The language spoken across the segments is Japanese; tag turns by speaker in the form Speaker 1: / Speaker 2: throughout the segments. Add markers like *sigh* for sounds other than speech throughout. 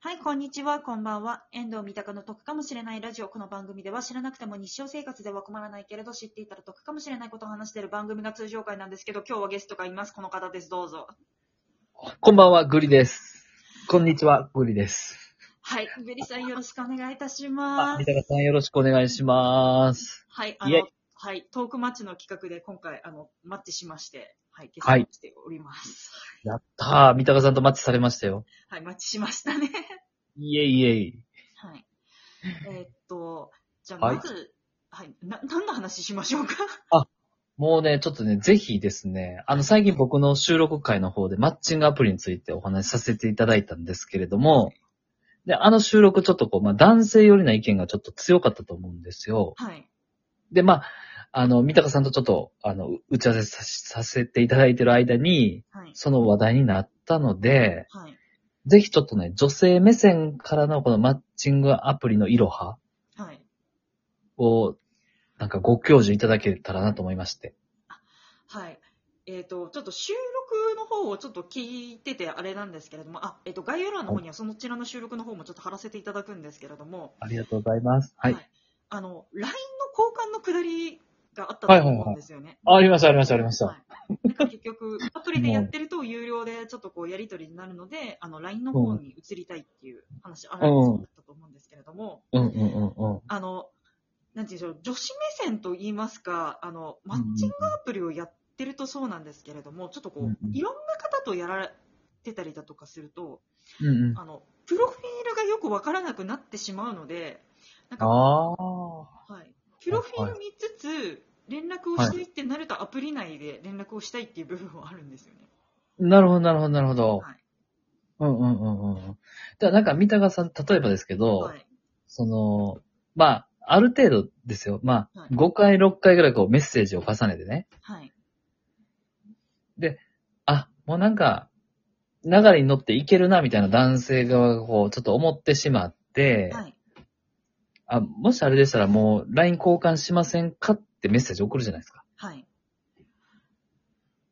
Speaker 1: はい、こんにちは、こんばんは。遠藤三鷹の得かもしれないラジオ。この番組では知らなくても日常生活では困らないけれど、知っていたら得かもしれないことを話している番組が通常回なんですけど、今日はゲストがいます。この方です、どうぞ。
Speaker 2: こんばんは、グリです。こんにちは、グリです。
Speaker 1: はい、グリさんよろしくお願いいたし
Speaker 2: あ
Speaker 1: ま、
Speaker 2: 三
Speaker 1: す。
Speaker 2: 鷹さんよろしくお願いします。
Speaker 1: はい、あ
Speaker 2: いえ
Speaker 1: の、はい、トークマッチの企画で今回、あの、マッチしまして、はい、ゲスト
Speaker 2: はい
Speaker 1: にしております。
Speaker 2: やったー、三鷹さんとマッチされましたよ。
Speaker 1: はい、マッチしましたね。
Speaker 2: イエイイエイ。
Speaker 1: はい。えーっと、じゃあ
Speaker 2: はい
Speaker 1: まず、はい、な、何の話しましょうか
Speaker 2: もうね、ちょっとね、ぜひですね、あの、最近僕の収録会の方でマッチングアプリについてお話しさせていただいたんですけれども、で、あの収録ちょっとこう、まあ、男性寄りな意見がちょっと強かったと思うんですよ。
Speaker 1: はい。
Speaker 2: で、まあ、あの、三鷹さんとちょっと、あの、打ち合わせささせていただいてる間に、
Speaker 1: はい。
Speaker 2: その話題になったので、
Speaker 1: はい。
Speaker 2: ぜひちょっとね、女性目線からのこのマッチングアプリのイロハ
Speaker 1: はい。
Speaker 2: を、なんかご教授いただけたらなと思いまして。
Speaker 1: はい。えーっと、ちょっと収録の方をちょっと聞いててあれなんですけれども、あ、えーっと、概要欄の方にはそのちらの収録の方もちょっと貼らせていただくんですけれども、
Speaker 2: ありがとうございます。はい。
Speaker 1: あの、LINE の交換のくだりがあったと思うんですよね。
Speaker 2: ありました、ありました、ありまし
Speaker 1: は
Speaker 2: た。
Speaker 1: い、なんか結局、アプリでやってると有料でちょっとこうやり取りになるので、あの LINE の方に移りたいっていう話、あらゆるだったと思うんですけれども、
Speaker 2: うんうんうんうん。
Speaker 1: あの、なんていうんでしょう、女子目線と言いますか、あの、マッチングアプリをやってるとそうなんですけれども、ちょっとこ
Speaker 2: うんう
Speaker 1: う、
Speaker 2: ん
Speaker 1: いろんな方とやられてたりだとかすると、
Speaker 2: うんうん。
Speaker 1: あの、プロフィールがよくわからなくなってしまうので、なんか、
Speaker 2: あ
Speaker 1: はい、プロフィール見つつ、連絡をしたいってなるとアプリ内で連絡をしたいっていう部分はあるんですよね。
Speaker 2: ー。なるほど、なるほど、なるほど。
Speaker 1: はい
Speaker 2: うんうんうんうん。じゃあなんか三鷹さん、例えばですけど、
Speaker 1: はい。
Speaker 2: その、まあ、ある程度ですよ。まあ
Speaker 1: は、い
Speaker 2: 5回、6回ぐらいこうメッセージを重ねてね。
Speaker 1: はい。
Speaker 2: あ、もうなんか、流れに乗っていけるな、みたいな男性側がこう、ちょっと思ってしまって、
Speaker 1: はい。
Speaker 2: あ、もしあれでしたらもう、LINE 交換しませんかってメッセージ送るじゃないですか。
Speaker 1: はい。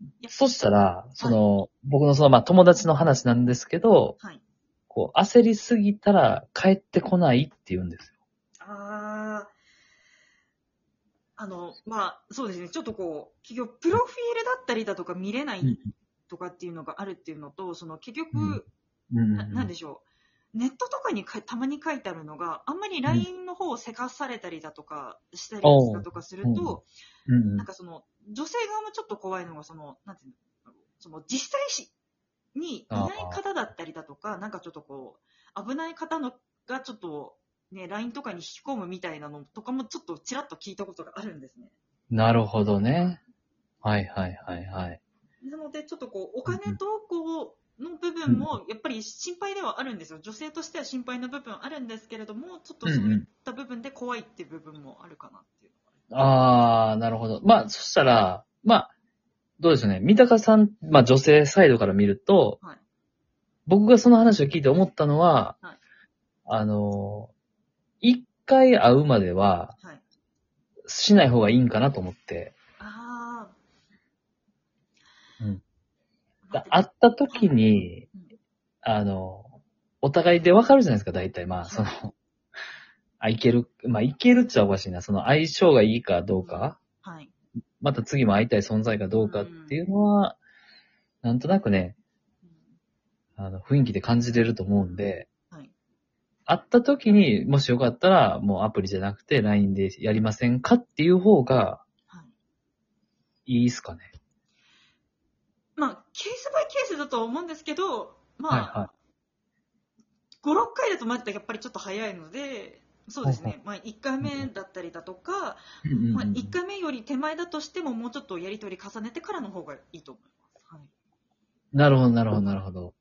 Speaker 1: いや
Speaker 2: そしたら、その、僕のその、まあ、友達の話なんですけど、
Speaker 1: はい。
Speaker 2: こう、焦りすぎたら帰ってこないって言うんですよ。
Speaker 1: あー。あの、まあ、そうですね。ちょっとこう、結局、プロフィールだったりだとか見れな
Speaker 2: うん
Speaker 1: いとかっていうのがあるっていうのと、その結
Speaker 2: うん
Speaker 1: 局、
Speaker 2: うん
Speaker 1: ななんでしょう。ネットとかにかたまに書いてあるのが、あんまり LINE の方をせかされたりだとか、したりだとかすると、
Speaker 2: うんうん
Speaker 1: なんかその、女性側もちょっと怖いのが、その、なんていうの、その、実際しにいない方だったりだとか、なんかちょっとこう、危ない方のがちょっと、ね、LINE とかに引き込むみたいなのとかもちょっとちらっと聞いたことがあるんですね。
Speaker 2: なるほどね。はいはいはいはい。
Speaker 1: なので、ちょっとこう、お金と、こう、の部分も、やっぱり心配ではあるんですよ。女性としては心配な部分あるんですけれども、ちょっとそういった部分で怖いっていう部分もあるかなっていうのが
Speaker 2: ああ、なるほど。まあ、そしたら、まあ、どうでしょうね。三鷹さん、まあ女性サイドから見ると、
Speaker 1: はい
Speaker 2: 僕がその話を聞いて思ったのは、
Speaker 1: はい
Speaker 2: あのー、一回会うまでは、
Speaker 1: はい。
Speaker 2: しない方がいいんかなと思って、
Speaker 1: あー。
Speaker 2: うん
Speaker 1: 待って。
Speaker 2: 会った時に
Speaker 1: うん、
Speaker 2: あのー、お互いでわかるじゃないですか、大体。まあ、その、 *laughs* あ、いける、まあ、いけるっちゃおかしいな。その相性がいいかどうか。
Speaker 1: はい。
Speaker 2: また次も会いたい存在かどうかっていうのは、なんとなくね、あの、雰囲気で感じれると思うんで、
Speaker 1: はい。
Speaker 2: 会った時にもしよかったら、もうアプリじゃなくて LINE でやりませんかっていう方が
Speaker 1: はい。
Speaker 2: いいっすかね。
Speaker 1: まあ、ケースバイケースだとは思うんですけど、まあ、
Speaker 2: はいは
Speaker 1: 5、6回だとまだやっぱりちょっと早いので、そうですね、まあ、1回目だったりだとか、
Speaker 2: い。うんうんうん
Speaker 1: まあ、1回目より手前だとしても、もうちょっとやり取り重ねてからの方がいいと思います。はい、
Speaker 2: なるほど、なるほど、なるほど。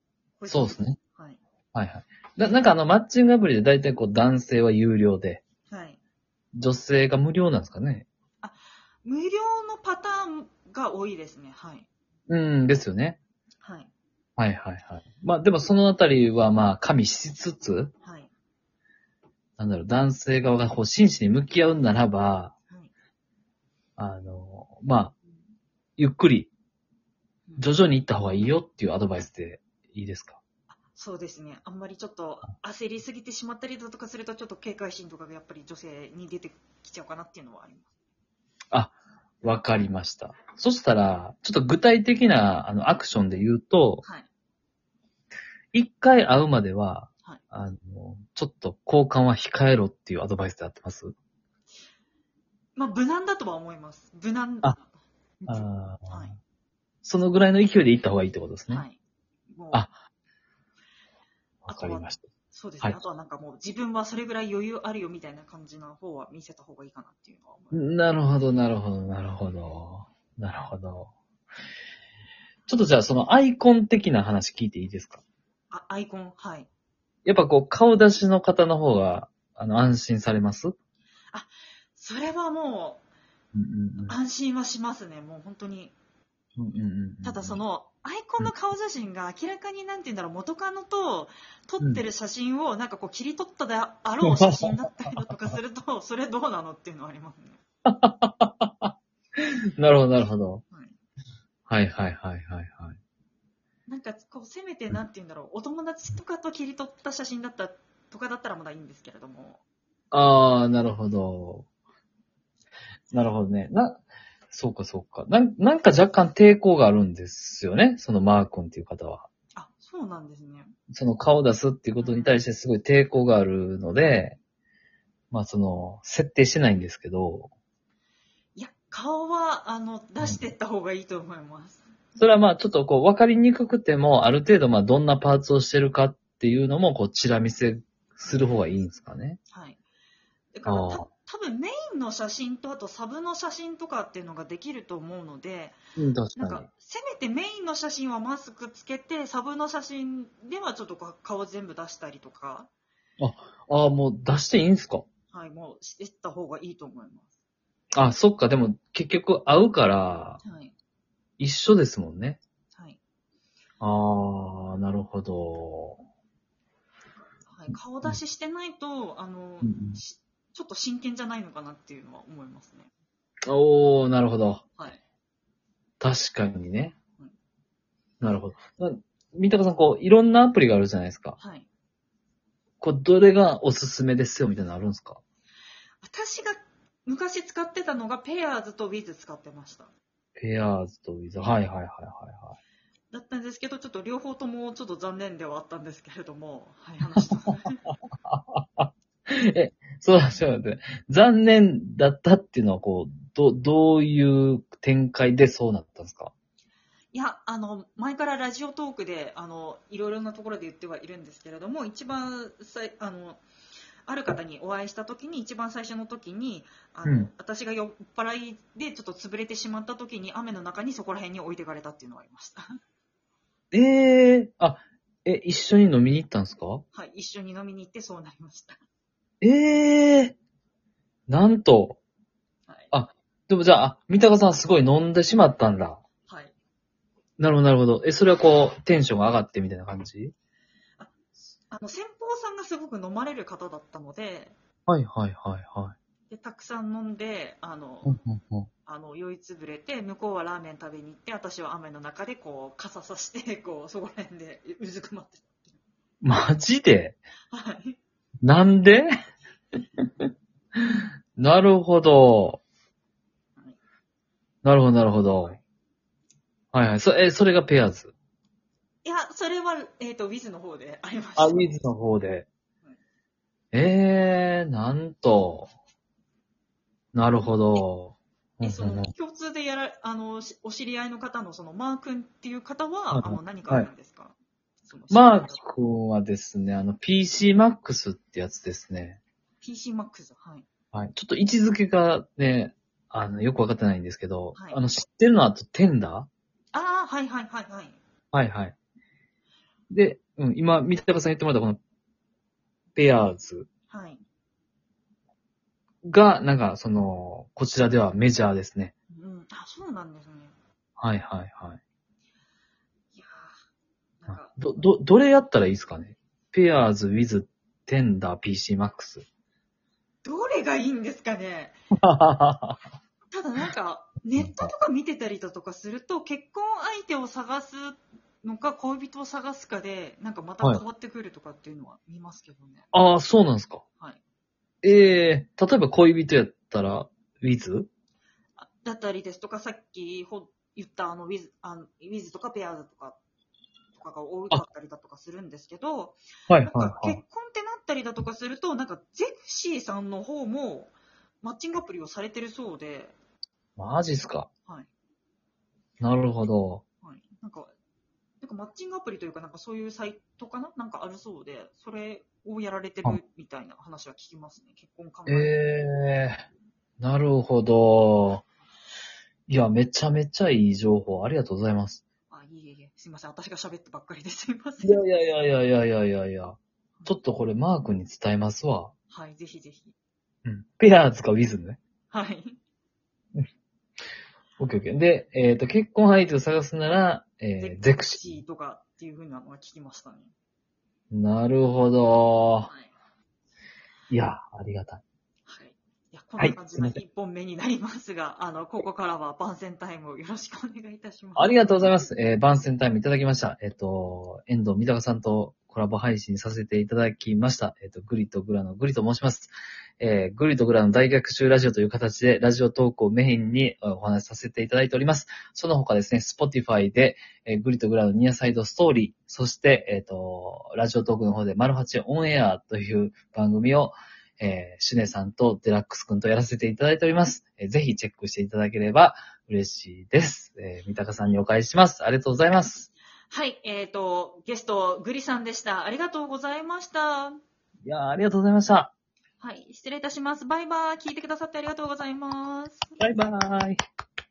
Speaker 2: そうですね。
Speaker 1: はい。
Speaker 2: はいはい。ななんかあの、マッチングアプリで大体こう、男性は有料で、
Speaker 1: はい。
Speaker 2: 女性が無料なんですかね。
Speaker 1: 無料のパターンが多いですね。はい。
Speaker 2: うん、ですよね。
Speaker 1: はい。
Speaker 2: はいはいはい。まあでもそのあたりはまあ、加味しつつ、
Speaker 1: はい。
Speaker 2: なんだろう、男性側がこう真摯に向き合うならば、
Speaker 1: はい。
Speaker 2: あの、まあ、ゆっくり、徐々に行った方がいいよっていうアドバイスでいいですか
Speaker 1: そうですね。あんまりちょっと焦りすぎてしまったりだとかすると、ちょっと警戒心とかがやっぱり女性に出てきちゃうかなっていうのはあります。
Speaker 2: わかりました。そしたら、ちょっと具体的なあのアクションで言うと、
Speaker 1: はい。
Speaker 2: 一回会うまでは、
Speaker 1: はい
Speaker 2: あの、ちょっと交換は控えろっていうアドバイスで合ってます
Speaker 1: まあ、無難だとは思います。無難。
Speaker 2: ああ
Speaker 1: は
Speaker 2: ー
Speaker 1: はい
Speaker 2: そのぐらいの勢いで行った方がいいってことですね。
Speaker 1: い。もう
Speaker 2: あわ
Speaker 1: あ
Speaker 2: か
Speaker 1: とは
Speaker 2: りました。
Speaker 1: そうですね、
Speaker 2: はい
Speaker 1: あとはなんかもう自分はそれぐらい余裕あるよみたいな感じの方は見せた方がいいかなっていうのは思います。
Speaker 2: なるほど、なるほど、なるほど。なるほど。ちょっとじゃあそのアイコン的な話聞いていいですか
Speaker 1: あ、アイコン、はい。
Speaker 2: やっぱこう顔出しの方の方が、あの、安心されますうん
Speaker 1: それはも
Speaker 2: うんうん
Speaker 1: う安心はしますね、もう本当に。
Speaker 2: うんうんうんうん
Speaker 1: ただそ、の、アイコンの顔写真が明らかになんて言うんだろう、元カノと撮ってる写真をなんかこう切り取ったであろう写真だったりだとかする
Speaker 2: *laughs*
Speaker 1: と、それどうなのっていうのはありますね。
Speaker 2: なるほど、なるほど。
Speaker 1: はい
Speaker 2: はいはいはいはいはい。
Speaker 1: なんかこう、せめてなんて言うんだろう、お友達とかと切り取った写真だったとかだったらまだいいんですけれども。
Speaker 2: ああ、なるほど。なるほどね。な、そうかそうか。なんなんか若干抵抗があるんですよね。そのマー君っていう方は。
Speaker 1: あ、そうなんですね。
Speaker 2: その顔出すっていうことに対してすごい抵抗があるので、まあその、設定してないんですけど、
Speaker 1: いや、顔は、あの、出してった方がいいと思います。
Speaker 2: それはまあちょっとこう分かりにくくても、ある程度まあどんなパーツをしてるかっていうのもこうチラ見せする方がいいんですかね。
Speaker 1: はい。だから、
Speaker 2: あー
Speaker 1: た多分メインの写真と、あとサブの写真とかっていうのができると思うので、
Speaker 2: うん、確
Speaker 1: なんか、せめてメインの写真はマスクつけて、サブの写真ではちょっとこう顔全部出したりとか、
Speaker 2: ああ、もう出していいんすか
Speaker 1: はい、もうしてった方がいいと思いま
Speaker 2: あ、そっか、でも結局会うから、
Speaker 1: す。はい。
Speaker 2: 一緒ですもんね。
Speaker 1: はい。
Speaker 2: ああ、なるほど。
Speaker 1: はい、顔出ししてないと、あの、
Speaker 2: うん
Speaker 1: しちょっと真剣じゃないのかなっていうのは思いますね。
Speaker 2: おー、なるほど。
Speaker 1: はい。
Speaker 2: 確かにね
Speaker 1: うん。
Speaker 2: なるほど。な三鷹さん、こう、いろんなアプリがあるじゃないですか。
Speaker 1: はい。
Speaker 2: こう、どれがおすすめですよ、みたいなのあるんですか
Speaker 1: 私が昔使ってたのが、ペアーズとウィズ使ってました。
Speaker 2: ペアーズとウィズ。はいはいはいはいは
Speaker 1: だったんですけど、ちょっと両方ともちょっと残念ではあったんですけれども、はい、話した。
Speaker 2: *laughs* い。そうだ、そうだ。残念だったっていうのは、こう、ど、どういう展開でそうなったんですか
Speaker 1: いや、あの、前からラジオトークで、あの、いろいろなところで言ってはいるんですけれども、一番さい、あの、ある方にお会いした時に、一番最初の時に、あの、
Speaker 2: うん
Speaker 1: 私が酔っ払いでちょっと潰れてしまった時に、雨の中にそこら辺に置いてかれたっていうのがありました。 *laughs*
Speaker 2: ええー、あ、え、一緒に飲みに行ったんですか
Speaker 1: はい、一緒に飲みに行ってそうなりました。
Speaker 2: ええー、なんと。
Speaker 1: はい。
Speaker 2: でもじゃああ、三鷹さんすごい飲んでしまったんだ。
Speaker 1: はい。
Speaker 2: なるほど、なるほど。え、それはこう、テンションが上がってみたいな感じ
Speaker 1: あの、先方さんがすごく飲まれる方だったので、
Speaker 2: はい、はい、はい、は
Speaker 1: でたくさん飲んで、あの、
Speaker 2: い。うん、うん、うん。
Speaker 1: あの酔いつぶれて向こうはラーメン食べに行って私は雨の中でこう傘さして *laughs* こうそこら辺でうずくまって
Speaker 2: マジで
Speaker 1: たはい
Speaker 2: なん *laughs* でなるほど。なるほど、なるほど。はい、はい。そ、え、それがペアーズ。
Speaker 1: いやそれは、えっとウィズの方でありました
Speaker 2: あ、ウィズの方で。ええー、なんと。なるほど。
Speaker 1: でそ
Speaker 2: うんうん
Speaker 1: の
Speaker 2: うん
Speaker 1: 共通でやらあのしお知り合いの方のそのマー君っていう方
Speaker 2: はい
Speaker 1: は
Speaker 2: は
Speaker 1: あ
Speaker 2: い
Speaker 1: の何かあるんですか、その
Speaker 2: マー君はですね、あの、PCMAX ってやつですね。
Speaker 1: PCMAX はい
Speaker 2: はい。ちょっと位置づけがね、あの、よくわかってないんですけど、
Speaker 1: はい
Speaker 2: あの、知ってるのはあと、テンダ
Speaker 1: ああはいはいはいはい
Speaker 2: ーはいはい。で、うん、今、三鷹さん言ってもらったこの、ペアーズ
Speaker 1: はい
Speaker 2: が、なんか、その、こちらではメジャーですね。
Speaker 1: うんあそうなんですね
Speaker 2: はいはいはい
Speaker 1: やーなん
Speaker 2: い
Speaker 1: か。
Speaker 2: ど、ど、どれやったらいいですかねペアーズ、ウィズ、テンダー、PCMAX。 *laughs*
Speaker 1: どれがいいんですかね
Speaker 2: は
Speaker 1: ただなんか、ネットとか見てたりだとかすると、結婚相手を探すのか恋人を探すかで、なんかまた変わってくるとかっていうのは見ますけどね。
Speaker 2: ああ、そうなんですか。
Speaker 1: はい。
Speaker 2: ええ例えば恋人やったら、ウィズ
Speaker 1: あだったりですとか、さっきほ言ったあのウィズ、あのウィズとかペアーズとか、とかが多かったりだとかするんですけど、
Speaker 2: はい
Speaker 1: なんか結婚ってなったりだとかすると、なんかゼクシーさんの方もマッチングアプリをされてるそうで、
Speaker 2: マジっすか。
Speaker 1: はい。
Speaker 2: なるほど。
Speaker 1: はい。なんか、なんかマッチングアプリというか、なんかそういうサイトかななんかあるそうで、それをやられて
Speaker 2: は
Speaker 1: るみたいな話は聞きますね。結婚考え
Speaker 2: ええなるほど。いや、めちゃめちゃいい情報、ありがとうございます。
Speaker 1: あ、いえいえ、すいません。私が喋ったばっかりです *laughs* いませ
Speaker 2: い
Speaker 1: ん。
Speaker 2: やいやいやいやいやいやいやいや。ちょっとこれマークに伝えますわ。
Speaker 1: はい、ぜひぜひ。
Speaker 2: うん。ペアーズかウィズね。
Speaker 1: はい。
Speaker 2: オッケーオッケー。で、えっ、と、結婚相手を探すなら、えー、ゼクシ
Speaker 1: とかっていうふうなのは聞きましたね。
Speaker 2: ー。なるほど。
Speaker 1: はい。
Speaker 2: いや、ありがたい。
Speaker 1: はい。いや、こん
Speaker 2: はい
Speaker 1: な感じの一本目になりますが、あの、ここからは番宣タイムをよろしくお願いいたします。。
Speaker 2: ありがとうございますす。えー、番宣タイムいただきました。えっ、と、遠藤三鷹さんとコラボ配信させていただきました。えっ、と、グリとグラのグリと申します。えー、グリとグラの大逆襲ラジオという形で、ラジオトークをメインにえーお話しさせていただいております。その他ですね、Spotify で、えー、グリとグラのニアサイドストーリー、そして、えっ、と、ラジオトークの方で、マルハチオンエアという番組を、えー、シュネさんとデラックスくんとやらせていただいております。えーぜひチェックしていただければ、嬉しいです。えー、三鷹さんにお返しします。ありがとうございます。
Speaker 1: はい、えっ、と、ゲスト、グリさんでした。ありがとうございました。
Speaker 2: いやーありがとうございました。
Speaker 1: はい、失礼いたします。バイバイ。聞いてくださってありがとうございます。
Speaker 2: バイバーイ。